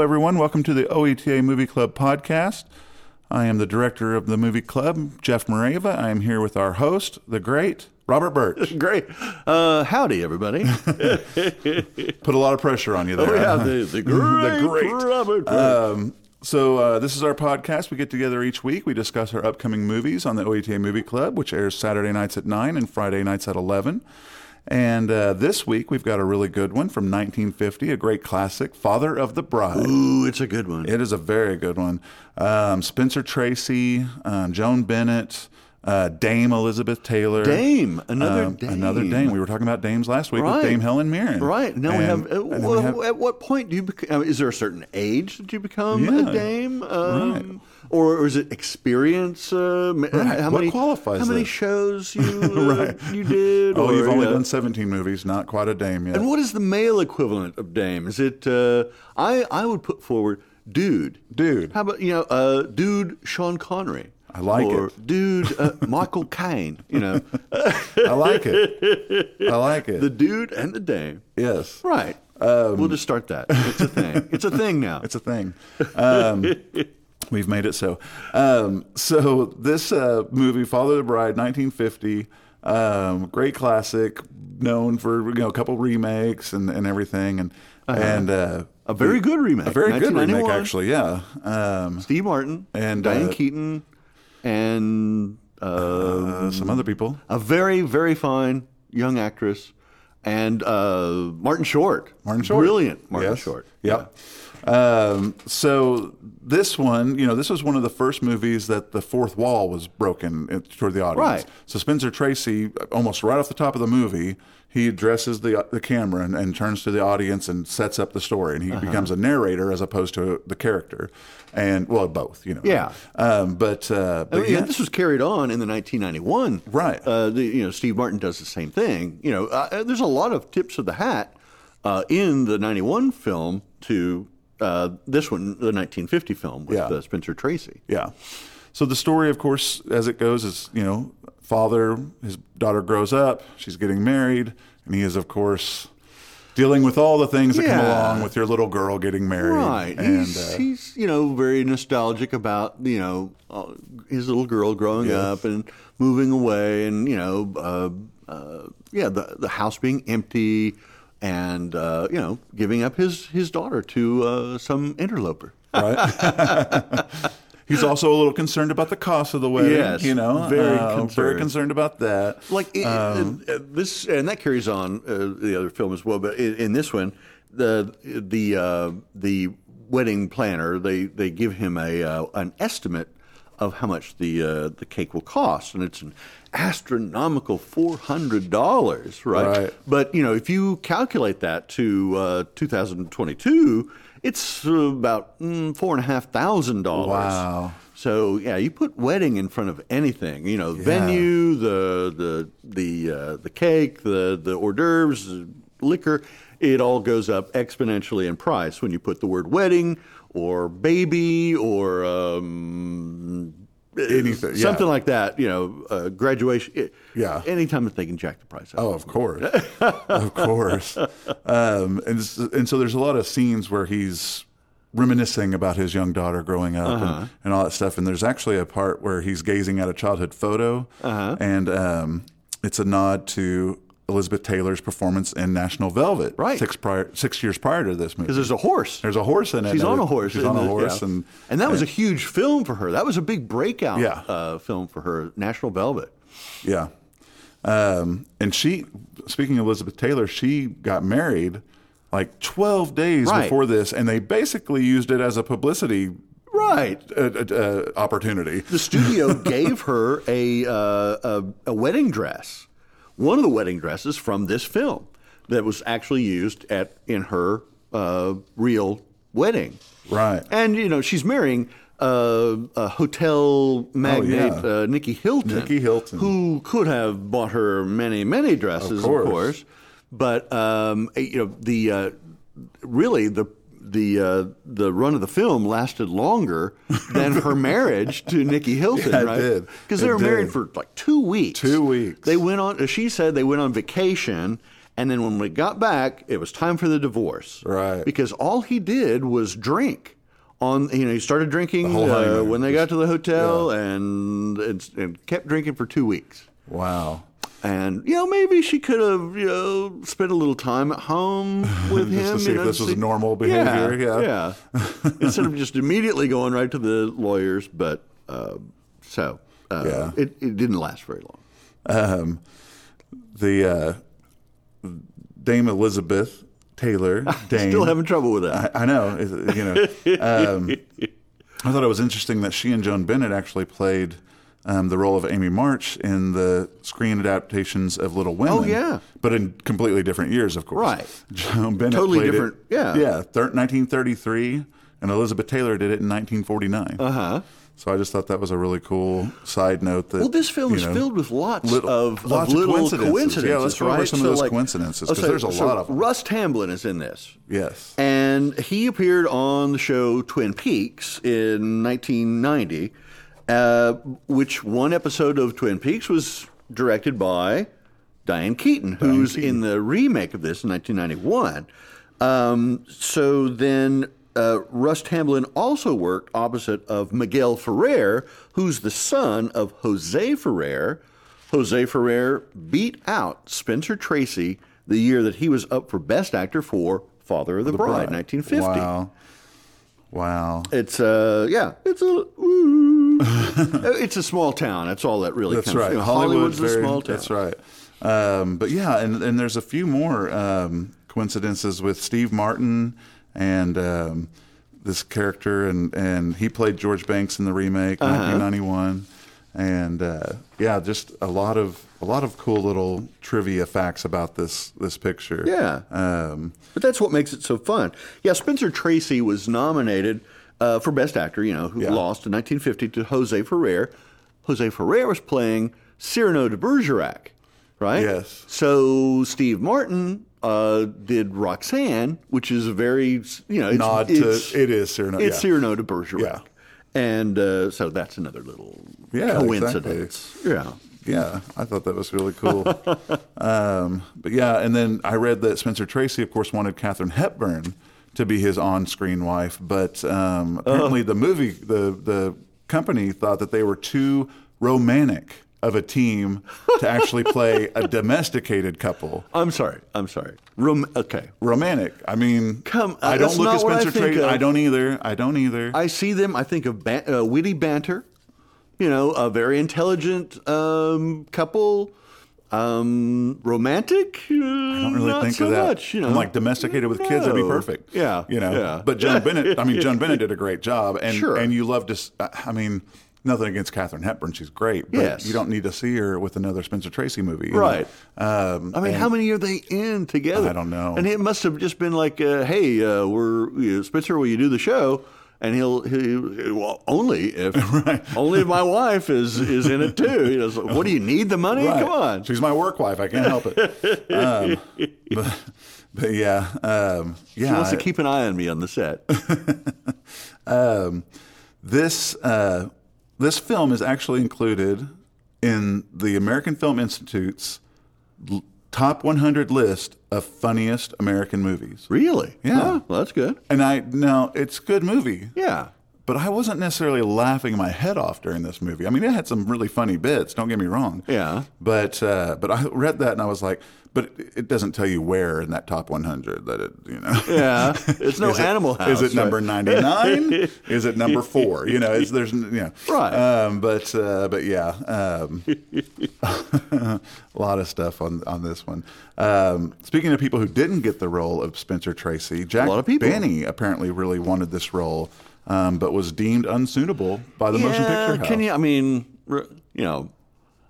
everyone. Welcome to the OETA Movie Club podcast. I am the director of the movie club, Jeff Moreva. I am here with our host, the great Robert Birch. Great. Uh, howdy, everybody. Put a lot of pressure on you there. Oh, huh? yeah, the, the great, great. Robert. Um, so uh, this is our podcast. We get together each week. We discuss our upcoming movies on the OETA Movie Club, which airs Saturday nights at nine and Friday nights at eleven. And uh, this week we've got a really good one from 1950, a great classic, "Father of the Bride." Ooh, it's a good one. It is a very good one. Um, Spencer Tracy, um, Joan Bennett, uh, Dame Elizabeth Taylor, Dame, another um, Dame. another Dame. We were talking about dames last week Right. with Dame Helen Mirren, Right. Now And- we have, uh, and then well, we have- At what point do you become? Is there a certain age that you become Yeah. a dame? Um, Or is it experience? Uh, m- How What many qualifies How many that? shows you uh, you did? oh, or, you've only uh, done 17 movies, not quite a dame yet. And what is the male equivalent of dame? Is it? Uh, I I would put forward dude. Dude. How about you know, uh, dude Sean Connery. I like or it. Dude uh, Michael Caine. You know I like it. I like it. the dude and the dame. yes. Right. we'll just start that. It's a thing. It's a thing now. Um, It's a thing. Um, we've made it so. Um, so this uh, movie, Father of the Bride, 1950, um, great classic, known for you know a couple remakes and, and everything, and and uh, a very good remake. a very good remake 1991. actually. Yeah. Um, Steve Martin And, Diane uh, Keaton and uh, uh, some other people. a very very fine young actress and uh, Martin Short. Martin Short. Brilliant Martin Yes. Short. Yep. Um, so this one, you know, this was one of the first movies that the fourth wall was broken it- toward the audience. Right. So Spencer Tracy, almost right off the top of the movie, he addresses the the camera and, and turns to the audience and sets up the story, and he Uh-huh. becomes a narrator as opposed to the character, and well, both, you know. Yeah. Um, but uh, but I mean, yeah, This was carried on in the 1991. Right. Uh, the, you know, Steve Martin does the same thing. You know, uh, there's a lot of tips of the hat uh, in the 91 film to uh, this one, the 1950 film with Yeah. uh, Spencer Tracy. Yeah. So the story, of course, as it goes, is you know, father, his daughter grows up, she's getting married, and he is, of course, dealing with all the things that come Yeah. along with your little girl getting married. Right. And he's, uh, he's, you know, very nostalgic about, you know, uh, his little girl growing Yes. up and moving away and, you know, uh, uh, yeah, the, the house being empty and, uh, you know, giving up his, his daughter to uh, some interloper. right. he's also a little concerned about the cost of the wedding. Yes, You know, very uh, very concerned. concerned about that. like it, Um, it- uh, this, and that carries on uh, the other film as well. But in, in this one, the the uh, the wedding planner they they give him a uh, an estimate of how much the uh, the cake will cost, and it's an astronomical four hundred dollars, right? Right. But you know, if you calculate that to uh, two thousand twenty two. It's about mm, four and a half thousand dollars. Wow. So yeah, you put wedding in front of anything. You know, venue, the the the uh, the cake, the the hors d'oeuvres, the liquor. It all goes up exponentially in price when you put the word wedding or baby or um, Anything, yeah. something like that. You know, uh, graduation. It- Yeah. Anytime that they can jack the price up. Oh, of course, of course. Um, and s- and so there's a lot of scenes where he's reminiscing about his young daughter growing up Uh-huh. and, and all that stuff. And there's actually a part where he's gazing at a childhood photo, Uh-huh. and um, it's a nod to Elizabeth Taylor's performance in National Velvet, Right. Six prior, six years prior to this movie. Because there's a horse. There's a horse in it. She's and on it- a horse. She's in on a the- horse, yeah. and that was a huge film for her. That was a big breakout Yeah. uh, film for her, National Velvet. Yeah. Um, and she, speaking of Elizabeth Taylor, she got married like 12 days Right. before this, and they basically used it as a publicity Right. uh, uh, uh, opportunity. The studio gave her a, uh, a a wedding dress, one of the wedding dresses from this film that was actually used at in her uh, real wedding. Right. And you know she's marrying uh, a hotel magnate, Oh, yeah. uh, Nikki Hilton. Nikki Hilton. who could have bought her many, many dresses, of course. course. But um, you know the uh, really the the uh, the run of the film lasted longer than her marriage to Nikki Hilton, Yeah, it right? did. Because It they were married did. for like two weeks. Two weeks. They went on. She said they went on vacation, and then when we got back, it was time for the divorce. Right. Because all he did was drink. on you know he started drinking whole uh, honeymoon. when they got to the hotel and, and and kept drinking for two weeks. Wow. And you know maybe she could have you know spent a little time at home with him Just to see you if know, this was see- normal Yeah, behavior. Yeah. yeah. Instead of just immediately going right to the lawyers, but uh, so uh, Yeah. it it didn't last very long. Um, the uh, Dame Elizabeth Taylor. Dame. Still having trouble with that. I, I know. it's- You know. Um, I thought it was interesting that she and Joan Bennett actually played um, the role of Amy March in the screen adaptations of Little Women. Oh, yeah. but in completely different years, of course. Right. Joan Bennett Totally played it- different, yeah. Yeah. Thir- 1933, and Elizabeth Taylor did it in 1949. Uh Uh-huh. So I just thought that was a really cool side note. That Well, this film you is know, filled with lots little- of, of lots of little coincidences. coincidences. Yeah, let's remember right? some of those coincidences, 'cause there's a lot of them. Rust Hamblin is in this, Yes. and he appeared on the show Twin Peaks in 1990, uh, which one episode of Twin Peaks was directed by Diane Keaton, who's in the remake of this in 1991. Um, so then. Uh, Rust Hamblin also worked opposite of Miguel Ferrer, who's the son of Jose Ferrer, Jose Ferrer beat out Spencer Tracy the year that he was up for Best Actor for Father of the, Bride, 1950. Wow. Wow. It's uh yeah, it's a ooh. it's a small town. That's all that really That's comes. right. you know, Hollywood's, very- a small town. That's right. Um, but yeah, and, and there's a few more um, coincidences with Steve Martin and um, this character, and, and he played George Banks in the remake, Uh-huh. 1991, and uh, yeah, just a lot of a lot of cool little trivia facts about this this picture. Yeah. Um, But that's what makes it so fun. Yeah, Spencer Tracy was nominated uh, for Best Actor, you know, who Yeah. lost in 1950 to Jose Ferrer. Jose Ferrer was playing Cyrano de Bergerac, right? Yes. So Steve Martin uh, did Roxanne, which is a very, you know, it's, nod it's, to it is Cyrano. it's yeah. Cyrano de Bergerac. Yeah. And uh, so that's another little Yeah, coincidence. Yeah. Yeah, I thought that was really cool. um, but yeah, and then I read that Spencer Tracy, of course, wanted Katherine Hepburn to be his on-screen wife, but um, Oh. apparently the movie, the the company thought that they were too romantic of a team to actually play a domesticated couple. I'm sorry. I'm sorry. Rom- okay. Romantic. I mean, Come- I don't that's look at not what I Spencer think Tracy. of. I don't either. I don't either. I see them. I think of ban- uh, witty banter, you know, a very intelligent um, couple, um, romantic. I I don't really think so of that. Much, you know, I'm like domesticated with kids; that'd be No. perfect. Yeah, you know. yeah. But Joan Bennett, I mean, Joan Bennett did a great job, and Sure. and you love to. s- uh, I mean, nothing against Katherine Hepburn; she's great. But Yes. you don't need to see her with another Spencer Tracy movie, you know? Right. Um, I mean, how many are they in together? I don't know. And it must have just been like, uh, "Hey, uh, we're you know, Spencer. Will you do the show?" And he'll, he well only if only if my wife is is in it too. You know, so, what do you need the money? Right. Come on. She's my work wife. I can't help it. um, but, but yeah, um, yeah. She wants to I- keep an eye on me on the set. um, this uh, this film is actually included in the American Film Institute's l- top 100 list of funniest American movies. Really? Yeah. Oh, well, that's good. And I now it's a good movie, Yeah. but I wasn't necessarily laughing my head off during this movie. I mean, it had some really funny bits. Don't get me wrong. Yeah. But uh, but I read that and I was like, but it, it doesn't tell you where in that top 100 that it you know. Yeah. It's no Is it- animal house. Is it right? number ninety nine? is it number four? You know, it's, there's you know, Right. Um, but uh, but yeah, um, a lot of stuff on on this one. Um, speaking of people who didn't get the role of Spencer Tracy, Jack lot of people. Benny apparently really wanted this role, um, but was deemed unsuitable by the motion picture house. Can you, I mean, r- you know,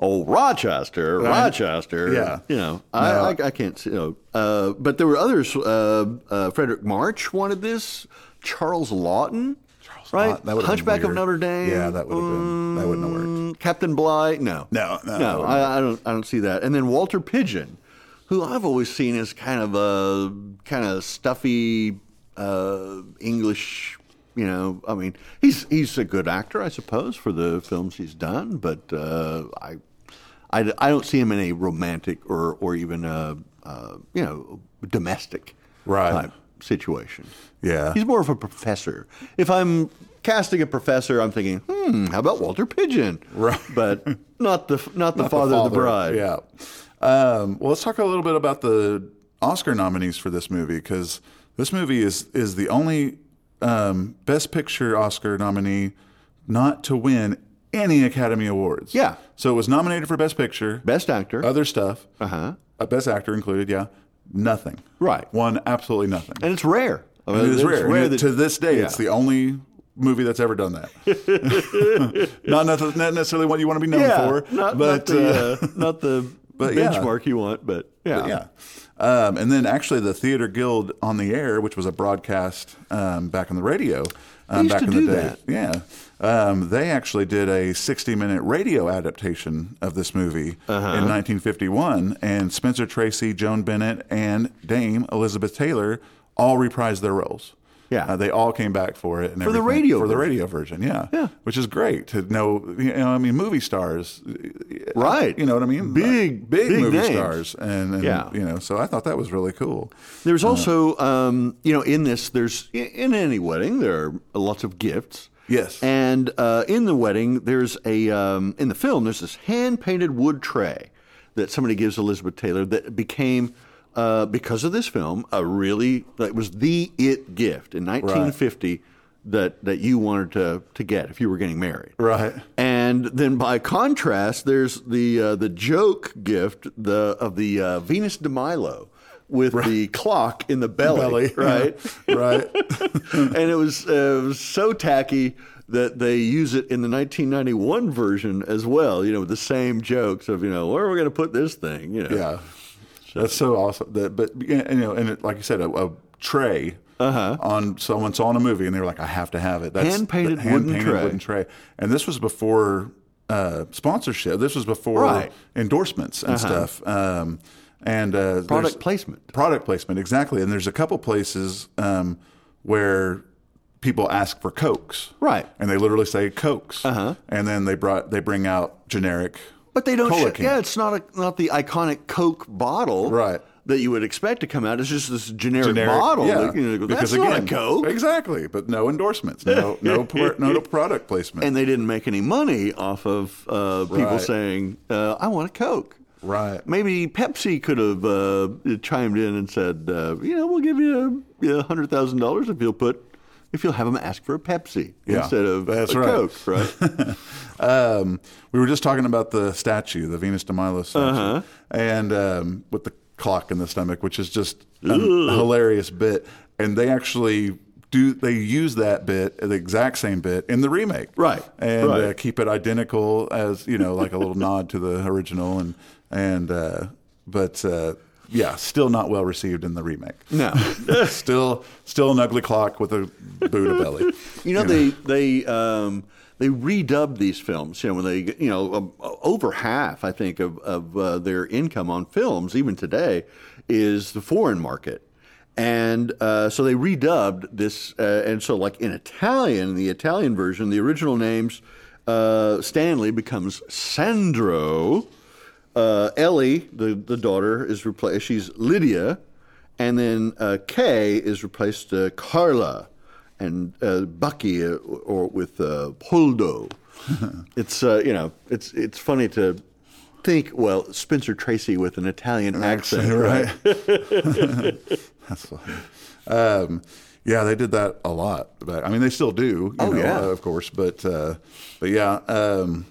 old Rochester, Rochester. Yeah. You know, I, No. I, I can't see. You know, uh, but there were others. Uh, uh, Frederick March wanted this. Charles Lawton. Charles right? Uh, that would've been Hunchback of weird. Notre Dame. Yeah, that would have been that wouldn't have worked. Mm, Captain Bligh. No. No, no, that No, wouldn't I, I don't. I don't see that. And then Walter Pigeon, who I've always seen as kind of a kind of stuffy uh, English. You know, I mean, he's he's a good actor, I suppose, for the films he's done. But uh, I, I, I don't see him in a romantic or or even a uh, you know domestic Right. type situation. Yeah. He's more of a professor. If I'm casting a professor, I'm thinking, hmm, how about Walter Pigeon? Right. But not the not the, father, of the bride. Yeah. Um, well, let's talk a little bit about the Oscar nominees for this movie because this movie is is the only um, Best Picture Oscar nominee not to win any Academy Awards. Yeah. So it was nominated for Best Picture, Best actor. other stuff, Uh huh. uh, Best Actor included. Yeah. Nothing. Right. Won absolutely nothing. And it's rare. I mean, It is rare. And that- to this day, yeah. it's the only movie that's ever done that. not, not, not necessarily what you want to be known yeah, for, not, but not the, uh, uh, not the but yeah. benchmark you want, but yeah. yeah. Um, and then actually, the Theater Guild on the air, which was a broadcast um, back on the radio, um, used back to in do the day. Yeah, um, they actually did a 60-minute radio adaptation of this movie Uh-huh. in 1951, and Spencer Tracy, Joan Bennett, and Dame Elizabeth Taylor all reprised their roles. Yeah. Uh, they all came back for it, and for the radio for the version. radio version, yeah, Yeah. which is great to know. You know, I mean, movie stars, Right. you know what I mean? Big, big, big movie names. stars, and, and Yeah. you know. So I thought that was really cool. There's also, um, you know, in this, there's in- in any wedding, there are lots of gifts. Yes. And uh, in the wedding, there's a um, in the film, there's this hand painted wood tray that somebody gives Elizabeth Taylor that became. Uh, because of this film, a really that was the it gift in 1950 that that you wanted to to get if you were getting married. Right. And then by contrast, there's the uh, the joke gift the of the uh, Venus de Milo with the clock in the belly, right? right. and it was, uh, it was so tacky that they use it in the 1991 version as well. You know, with the same jokes of you know where are we going to put this thing? You know, Yeah. That's so awesome. That, but you know, and it, like you said, a, a tray on someone saw in a movie, and they were like, "I have to have it." That's Uh-huh. Hand-painted the wooden hand-painted tray. wooden tray. And this was before uh, sponsorship. This was before Right. Uh-huh. endorsements and stuff. Um, and uh, product there's- placement. Product placement, exactly. And there's a couple places um, where people ask for cokes, Right. And they literally say cokes, uh-huh. and then they brought they bring out generic, But they don't. Cola sh- can. yeah, it's not a, not the iconic Coke bottle, Right. That you would expect to come out. It's just this generic, generic bottle. yeah. that, you know, That's not a Coke. exactly. But no endorsements, no no pro- no product placement, and they didn't make any money off of uh, people Right. saying, uh, "I want a Coke." right? Maybe Pepsi could have uh, chimed in and said, uh, "You know, we'll give you a hundred thousand dollars if you'll put if you'll have them ask for a Pepsi Yeah, instead of that's a right. Coke." Right? Um, we were just talking about the statue, the Venus de Milo statue, Uh-huh. and um, with the clock in the stomach, which is just a hilarious bit. And they actually do they use that bit, the exact same bit, in the remake, Right, And right. Uh, keep it identical as you know, like a little nod to the original, and and uh, but. Uh, yeah, still not well received in the remake. no. still, still an ugly clock with a Buddha belly. You know, they they um, they redubbed these films. You know, when they you know um, over half, I think, of of uh, their income on films, even today, is the foreign market. And uh, so they redubbed this, uh, and so like in Italian, the Italian version, the original names uh, Stanley becomes Sandro. Uh, Ellie, the the daughter, is replaced. She's Lydia, and then uh, Kay is replaced uh, Carla, and uh, Bucky uh, or with uh, Poldo. it's uh, you know it's it's funny to think well Spencer Tracy with an Italian accent, right? That's funny. Um, yeah, they did that a lot. Back. I mean, they still do. You Oh, know, yeah. uh, of course. But uh, but yeah, um,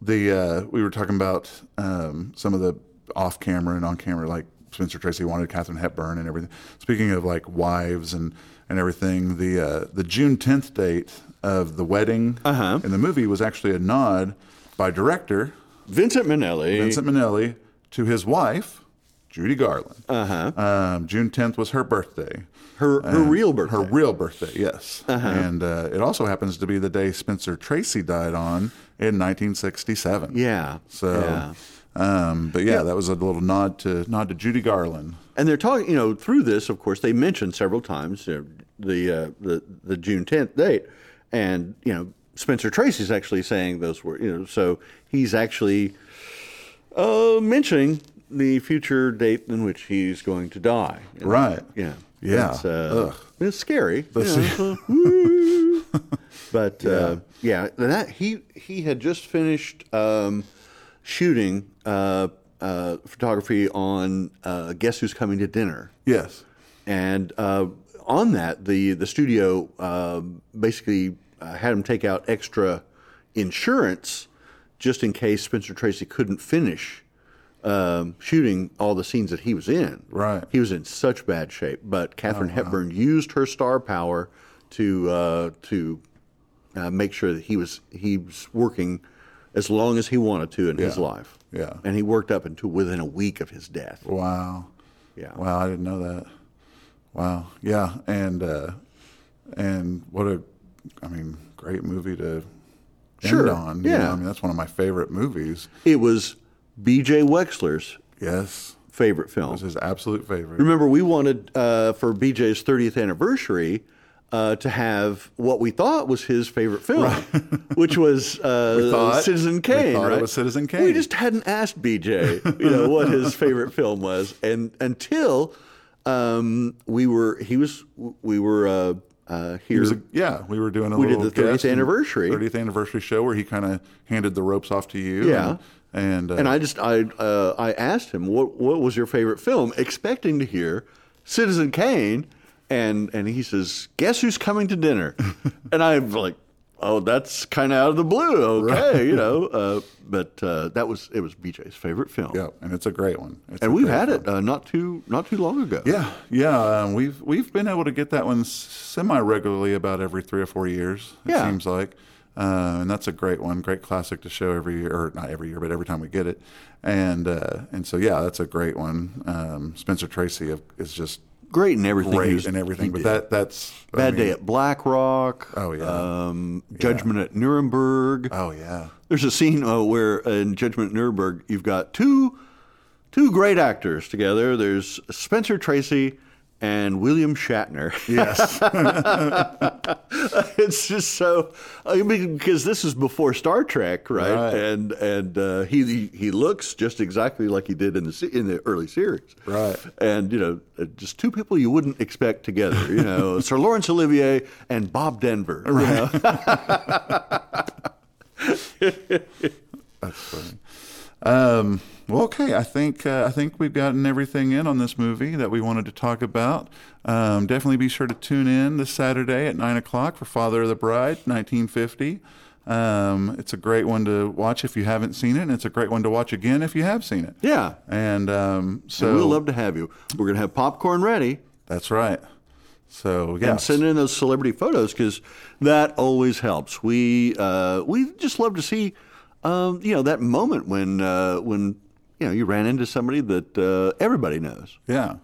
the uh, we were talking about um, some of the off camera and on camera, like Spencer Tracy wanted Katherine Hepburn and everything. Speaking of like wives and and everything, the uh, the June tenth date of the wedding Uh-huh. in the movie was actually a nod by director Vincent Minnelli, Vincent Minnelli to his wife, Judy Garland. Uh-huh. Um, June 10th was her birthday. her her real birthday. Uh-huh. Her real birthday, yes. And uh, it also happens to be the day Spencer Tracy died on in 1967. yeah, So, yeah. Um, but yeah, that was a little nod to nod to Judy Garland. And they're talking, you know, through this, of course, they mentioned several times you know, the, uh, the the June 10th date, and you know, Spencer Tracy's actually saying those words, you know, so he's actually uh, mentioning the future date in which he's going to die. Right. Yeah. Yeah. It's, uh, it's scary. That's- you know, woo. but uh, yeah, that he he had just finished um, shooting uh, uh, photography on uh, Guess Who's Coming to Dinner, Yes. and uh, on that the the studio uh, basically uh, had him take out extra insurance just in case Spencer Tracy couldn't finish um, shooting all the scenes that he was in. Right. Oh, he was in such bad shape, but Katharine Hepburn used her star power to uh, to uh, make sure that he was he was working as long as he wanted to in his Yeah. life. Yeah. and he worked up until within a week of his death. Wow. Yeah. Wow, I didn't know that. Wow. Yeah, and uh and what a I mean, great movie to Sure, end on. you know, yeah. I mean, that's one of my favorite movies. It was B.J. Wexler's Yes. favorite film. It's his absolute favorite. Remember, we wanted uh, for BJ's 30th anniversary uh, to have what we thought was his favorite film, which was uh, thought- we Citizen Kane. thought it right? was Citizen We Kane. just hadn't asked BJ, you know, what his favorite film was, and until um, we were, he was, we were uh, uh, here. It was a- yeah, we were doing a did little the 30th guest and- anniversary. 30th anniversary show where he kind of handed the ropes off to you. Yeah. And, and, uh, and I just I uh, I asked him what what was your favorite film, expecting to hear Citizen Kane, and and he says, "Guess who's coming to dinner?" and I'm like, "Oh, that's kind of out of the blue, okay, you know." Uh, but uh, that was it was BJ's favorite film, yeah, and it's a great one. It's a and we've great had it uh, not too not too long ago. Yeah, yeah, um, we've we've been able to get that one semi regularly about every three or four years. It Yeah. seems like, uh, and that's a great one, great classic to show every year, or not every year, but every time we get it. And uh, and so yeah, that's a great one. Um, Spencer Tracy of- is just great and everything. he great was- and everything, he but did. that that's I Bad mean, Day at Black Rock. Oh, yeah. Um, Judgment at Nuremberg. Oh yeah, There's a scene uh, where uh, in Judgment at Nuremberg, you've got two two great actors together. There's Spencer Tracy and William Shatner. yes, it's just so I mean, because this is before Star Trek, right? Right. And and uh, he he looks just exactly like he did in the se- in the early series, Right. And you know, uh, just two people you wouldn't expect together. You know, Sir Lawrence Olivier and Bob Denver. you know? that's funny. Um, well, okay. I think uh, I think we've gotten everything in on this movie that we wanted to talk about. Um, definitely be sure to tune in this Saturday at nine o'clock for Father of the Bride, nineteen fifty. Um, it's a great one to watch if you haven't seen it, and it's a great one to watch again if you have seen it. Yeah. And um, so We'll love to have you. We're gonna have popcorn ready. that's right. So yeah, and send in those celebrity photos because that always helps. We uh, we just love to see, um, you know, that moment when uh, when you know you ran into somebody that uh, everybody knows. yeah,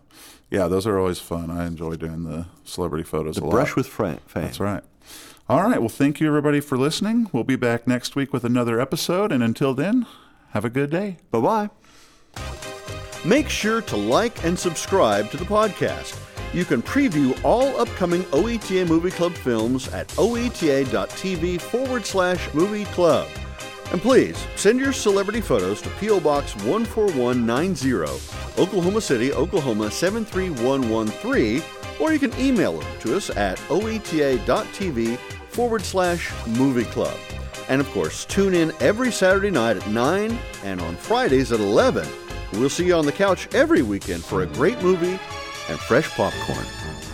yeah. Those are always fun. I enjoy doing the celebrity photos a lot. Brush with fra- fame. That's right. All right. Well, thank you, everybody, for listening. We'll be back next week with another episode. And until then, have a good day. Bye bye. Make sure to like and subscribe to the podcast. You can preview all upcoming OETA Movie Club films at E oeta.tv forward slash movie club. And please send your celebrity photos to P.O. Box 14190, Oklahoma City, Oklahoma 73113, or you can email them to us at E oeta.tv forward slash movie club. And of course, tune in every Saturday night at 9 and on Fridays at 11. We'll see you on the couch every weekend for a great movie and fresh popcorn.